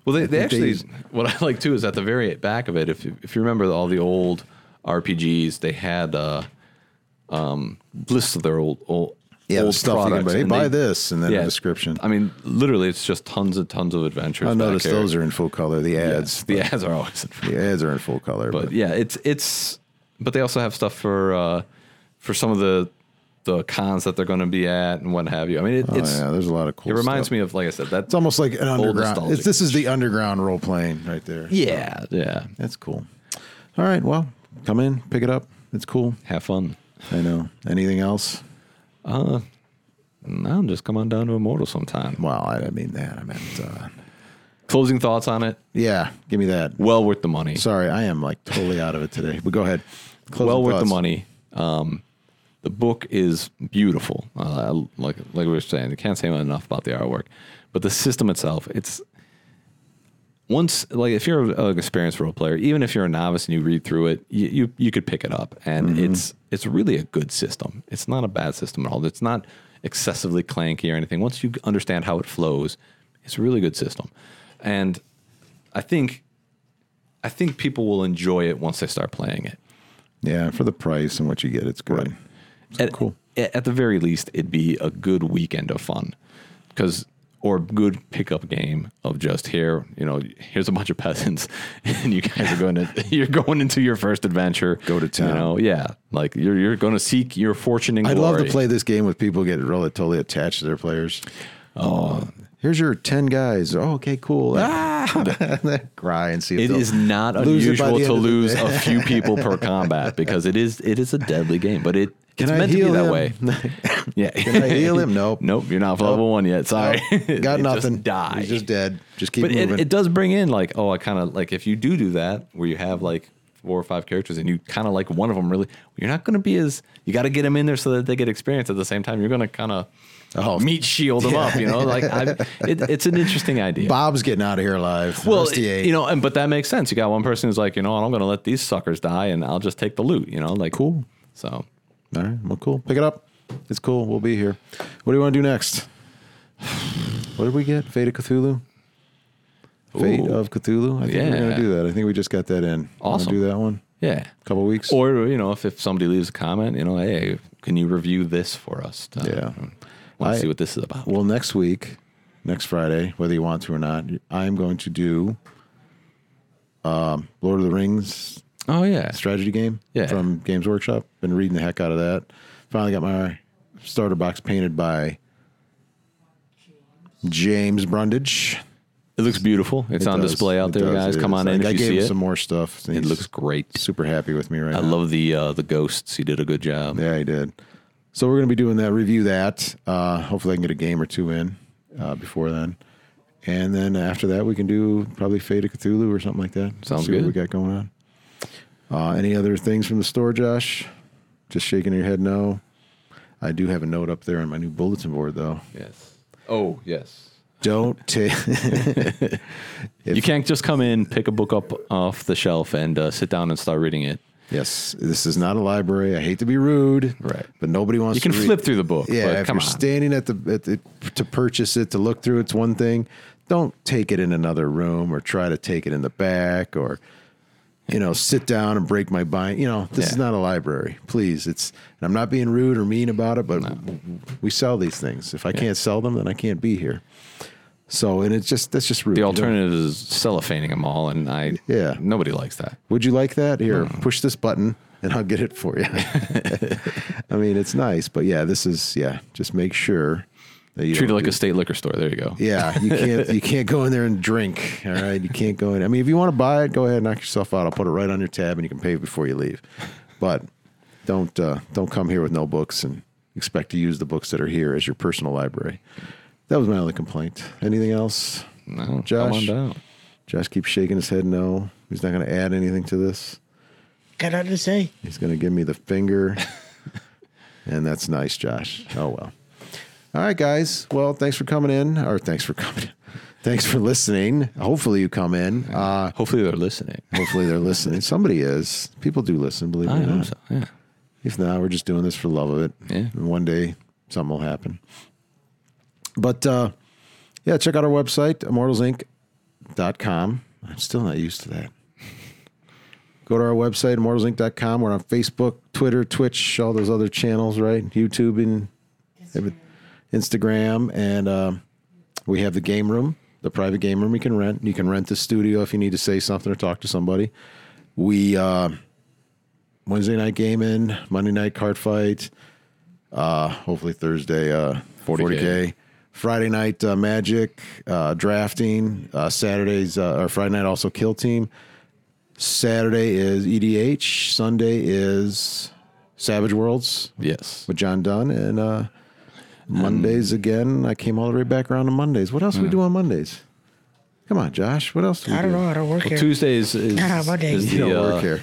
Speaker 2: Well, they, they
Speaker 1: think they
Speaker 2: actually,
Speaker 1: use-
Speaker 2: what I like too is at the very back of it, if, you- if you remember all the old RPGs, they had uh, um, lists of their old, old, old
Speaker 1: you can
Speaker 2: products.
Speaker 1: buy. Hey,
Speaker 2: and
Speaker 1: buy
Speaker 2: they-
Speaker 1: this, and then
Speaker 2: yeah,
Speaker 1: a description.
Speaker 2: I mean, literally, it's just tons and tons of adventures.
Speaker 1: I
Speaker 2: back
Speaker 1: noticed
Speaker 2: here.
Speaker 1: those are in full color. The ads,
Speaker 2: The ads are always in front.
Speaker 1: the ads are in full color. But,
Speaker 2: But yeah, it's it's. But they also have stuff for uh, for some of the the cons that they're going to be at and what have you. I mean, it,
Speaker 1: oh,
Speaker 2: it's
Speaker 1: yeah, there's a lot of cool.
Speaker 2: it reminds
Speaker 1: stuff.
Speaker 2: me of like I said that.
Speaker 1: It's almost like an underground.
Speaker 2: nostalgic.
Speaker 1: It's, this is the underground role playing right there.
Speaker 2: yeah, yeah.
Speaker 1: that's cool. All right, well, come in, pick it up. It's cool.
Speaker 2: Have fun.
Speaker 1: I know. Anything else?
Speaker 2: No, just come on down to Immortal sometime.
Speaker 1: Well, I didn't mean that. I meant, uh,
Speaker 2: Closing thoughts on it?
Speaker 1: yeah, give me that.
Speaker 2: Well worth the money.
Speaker 1: Sorry, I am like totally out of it today. But go ahead. Closing
Speaker 2: well worth
Speaker 1: thoughts.
Speaker 2: the money. Um, the book is beautiful. Uh, I- like like we were saying, I can't say enough about the artwork, but the system itself, it's once like if you're an experienced role player, even if you're a novice and you read through it, you you, you could pick it up, and
Speaker 1: Mm-hmm.
Speaker 2: it's it's really a good system. It's not a bad system at all. It's not excessively clanky or anything. Once you understand how it flows, it's a really good system, and I think I think people will enjoy it once they start playing it.
Speaker 1: Yeah, for the price and what you get, it's good.
Speaker 2: at, cool. At the very least, it'd be a good weekend of fun, because or a good pickup game of just here. You know, here's a bunch of peasants, and you guys are going to you're going into your first adventure.
Speaker 1: Go to town.
Speaker 2: You know, yeah, like you're you're going to seek your fortune and
Speaker 1: I'd
Speaker 2: glory.
Speaker 1: love to play this game with people who get really totally attached to their players. Oh, here's your ten guys. Oh, okay, cool. Ah! Cry and see. If
Speaker 2: It
Speaker 1: they'll
Speaker 2: is not
Speaker 1: lose it by
Speaker 2: unusual
Speaker 1: the
Speaker 2: to
Speaker 1: end of the
Speaker 2: lose
Speaker 1: day.
Speaker 2: a few people per combat because it is it is a deadly game, but it
Speaker 1: Can
Speaker 2: it's
Speaker 1: I
Speaker 2: meant to be
Speaker 1: heal
Speaker 2: that
Speaker 1: him?
Speaker 2: way. Yeah.
Speaker 1: Can I heal him? Nope.
Speaker 2: Nope. You're not level one yet. Sorry.
Speaker 1: Got
Speaker 2: You
Speaker 1: nothing.
Speaker 2: Just die.
Speaker 1: He's just dead. Just keep
Speaker 2: but
Speaker 1: moving.
Speaker 2: it, it does bring in like oh i kind of like if you do do that where you have like four or five characters and you kind of like one of them really you're not going to be as you got to get them in there so that they get experience at the same time you're going to kind of
Speaker 1: Oh.
Speaker 2: meat shield them up you know like I, it, it's an interesting idea
Speaker 1: Bob's getting out of here alive. The
Speaker 2: well
Speaker 1: rest he ate.
Speaker 2: you know and but that makes sense you got one person who's like you know what, i'm going to let these suckers die and i'll just take the loot you know like cool so
Speaker 1: All right. Well, cool. Pick it up. It's cool. We'll be here. What do you want to do next? What did we get? Fate of Cthulhu. Fate
Speaker 2: Ooh.
Speaker 1: of Cthulhu. I think we're
Speaker 2: Yeah.
Speaker 1: gonna do that. I think we just got that in. Wanna
Speaker 2: Awesome.
Speaker 1: do that one.
Speaker 2: yeah
Speaker 1: couple weeks.
Speaker 2: or you know if, if somebody leaves a comment you know hey can you review this for us to,
Speaker 1: Yeah.
Speaker 2: want
Speaker 1: I-
Speaker 2: to see what this is about
Speaker 1: well, next week, next Friday, whether you want to or not, I'm going to do um, Lord of the Rings
Speaker 2: oh yeah
Speaker 1: strategy game
Speaker 2: Yeah.
Speaker 1: from Games Workshop. Been reading the heck out of that. Finally got my starter box painted by James Brundage.
Speaker 2: It looks beautiful. It's
Speaker 1: It
Speaker 2: on
Speaker 1: does.
Speaker 2: display out
Speaker 1: It
Speaker 2: there,
Speaker 1: does.
Speaker 2: guys.
Speaker 1: It
Speaker 2: Come
Speaker 1: is.
Speaker 2: on
Speaker 1: Like,
Speaker 2: in if
Speaker 1: I
Speaker 2: you
Speaker 1: gave
Speaker 2: see
Speaker 1: him
Speaker 2: it.
Speaker 1: some more stuff.
Speaker 2: It looks great.
Speaker 1: super happy with me right
Speaker 2: I
Speaker 1: now.
Speaker 2: love the uh, the ghosts. He did a good job.
Speaker 1: Yeah, he did. So we're going to be doing that review. That uh, hopefully I can get a game or two in uh, before then, and then after that we can do probably Fate of Cthulhu or something like that.
Speaker 2: Sounds
Speaker 1: See What
Speaker 2: good.
Speaker 1: we got going on. Uh, any other things from the store, Josh? Just shaking your head no. I do have a note up there on my new bulletin board though.
Speaker 2: Yes. Oh yes.
Speaker 1: Don't take.
Speaker 2: you can't just come in, pick a book up off the shelf, and uh, sit down and start reading it.
Speaker 1: yes, this is not a library. I hate to be rude,
Speaker 2: Right.
Speaker 1: But nobody wants.
Speaker 2: You can
Speaker 1: to read-
Speaker 2: flip through the book.
Speaker 1: Yeah,
Speaker 2: but
Speaker 1: if
Speaker 2: come
Speaker 1: you're
Speaker 2: on.
Speaker 1: standing at the, at the to purchase it to look through, it's one thing. Don't take it in another room or try to take it in the back or you know sit down and break my bind. You know this is
Speaker 2: Yeah.
Speaker 1: not a library. Please, it's and I'm not being rude or mean about it, but we sell these things. If I can't sell them, then I can't be here. So and it's just that's just rude.
Speaker 2: the
Speaker 1: You don't-
Speaker 2: alternative is cellophaning them all, and I
Speaker 1: Yeah.
Speaker 2: nobody likes that.
Speaker 1: Would you like that? Here, push this button and I'll get it for you. I mean, it's nice, but yeah, this is yeah. Just make sure that you
Speaker 2: Treat it
Speaker 1: don't
Speaker 2: like
Speaker 1: do-
Speaker 2: a state liquor store. There you go.
Speaker 1: Yeah, you can't you can't go in there and drink. All right, you can't go in. I mean, if you want to buy it, go ahead, knock yourself out. I'll put it right on your tab, and you can pay before you leave. But don't uh, don't come here with no books and expect to use the books that are here as your personal library. That was my only complaint. Anything else?
Speaker 2: No,
Speaker 1: Josh,
Speaker 2: come on down.
Speaker 1: Josh keeps shaking his head. No, he's not going to add anything to this.
Speaker 3: Got nothing to say.
Speaker 1: He's going to give me the finger. and that's nice, Josh. Oh, well. All right, guys. Well, thanks for coming in, or thanks for coming. Thanks for listening. Hopefully, you come in. Uh,
Speaker 2: Hopefully they're listening.
Speaker 1: hopefully, they're listening. Somebody is. People do listen, believe it or
Speaker 2: I hope
Speaker 1: not.
Speaker 2: so. Yeah.
Speaker 1: If not, we're just doing this for love of it.
Speaker 2: Yeah.
Speaker 1: And one day something will happen. But uh, yeah, check out our website, immortalsinc.com. I'm still not used to that. Go to our website, immortalsinc.com. We're on Facebook, Twitter, Twitch, all those other channels, right? YouTube and every- Instagram. And um we have the game room, the private game room you can rent. You can rent the studio if you need to say something or talk to somebody. We. Uh, Wednesday night gaming, Monday night card fight, uh, hopefully Thursday uh, 40K.
Speaker 2: 40K.
Speaker 1: Friday night uh, magic, uh, drafting, uh, Saturdays, uh, or Friday night also kill team. Saturday is EDH, Sunday is Savage Worlds
Speaker 2: Yes.
Speaker 1: with John Dunn, and uh, Mondays again. I came all the way back around to Mondays. What else
Speaker 2: Hmm.
Speaker 1: do we do on Mondays? Come on, Josh. What else do we
Speaker 3: I don't
Speaker 1: do?
Speaker 3: know. I don't work
Speaker 2: Well,
Speaker 3: here.
Speaker 2: Tuesday is is,
Speaker 3: Not on Monday.
Speaker 2: is
Speaker 1: You
Speaker 2: the
Speaker 1: don't
Speaker 2: uh,
Speaker 1: work here.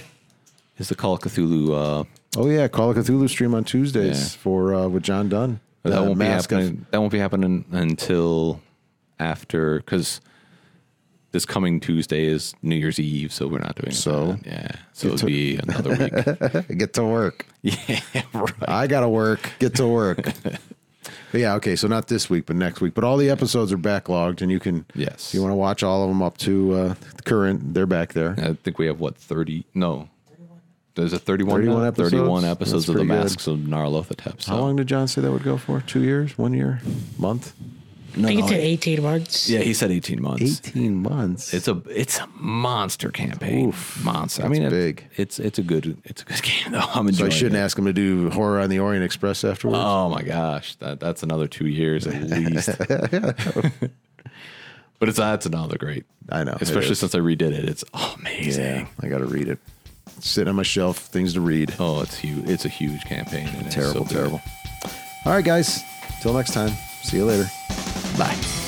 Speaker 2: is the Call of Cthulhu. Uh,
Speaker 1: Oh yeah, Call of Cthulhu stream on Tuesdays
Speaker 2: Yeah.
Speaker 1: for uh, with John Dunn.
Speaker 2: that
Speaker 1: The
Speaker 2: won't be
Speaker 1: Uh, mask of-
Speaker 2: happening. that won't be happening until after because this coming Tuesday is New Year's Eve, so we're not doing
Speaker 1: So?
Speaker 2: that. yeah. So it'll be another week.
Speaker 1: Get to work.
Speaker 2: yeah, right.
Speaker 1: I gotta work. Get to work. but yeah, okay. So not this week, but next week. But all the episodes are backlogged, and you can
Speaker 2: Yes.
Speaker 1: you want to watch all of them up to uh, the current. They're back there.
Speaker 2: I think we have what thirty? No, there's a thirty-one.
Speaker 1: 31
Speaker 2: now?
Speaker 1: episodes?
Speaker 2: 31
Speaker 1: That's
Speaker 2: episodes of the
Speaker 1: pretty good.
Speaker 2: Masks of Narlothotep. So.
Speaker 1: How long did John say that would go for? Two years? One year? Month?
Speaker 2: No,
Speaker 3: I think it's
Speaker 2: no,
Speaker 3: at 18 months.
Speaker 2: yeah, he said eighteen months.
Speaker 1: Eighteen months.
Speaker 2: It's a it's a monster campaign. monster. I mean,
Speaker 1: that's
Speaker 2: it-
Speaker 1: big.
Speaker 2: It's it's a good it's a good game though. I'm enjoying.
Speaker 1: so I shouldn't
Speaker 2: it.
Speaker 1: ask him to do horror on the Orient Express afterwards.
Speaker 2: Oh my gosh, that that's another two years at least. but it's that's another great.
Speaker 1: I know, it
Speaker 2: especially
Speaker 1: is.
Speaker 2: since I redid it. It's amazing.
Speaker 1: yeah, I gotta read it. It's sitting on my shelf, things to read.
Speaker 2: Oh, it's huge. It's a huge campaign. and it's
Speaker 1: Terrible,
Speaker 2: so good.
Speaker 1: terrible. All right, guys. Till next time. See you later. Bye.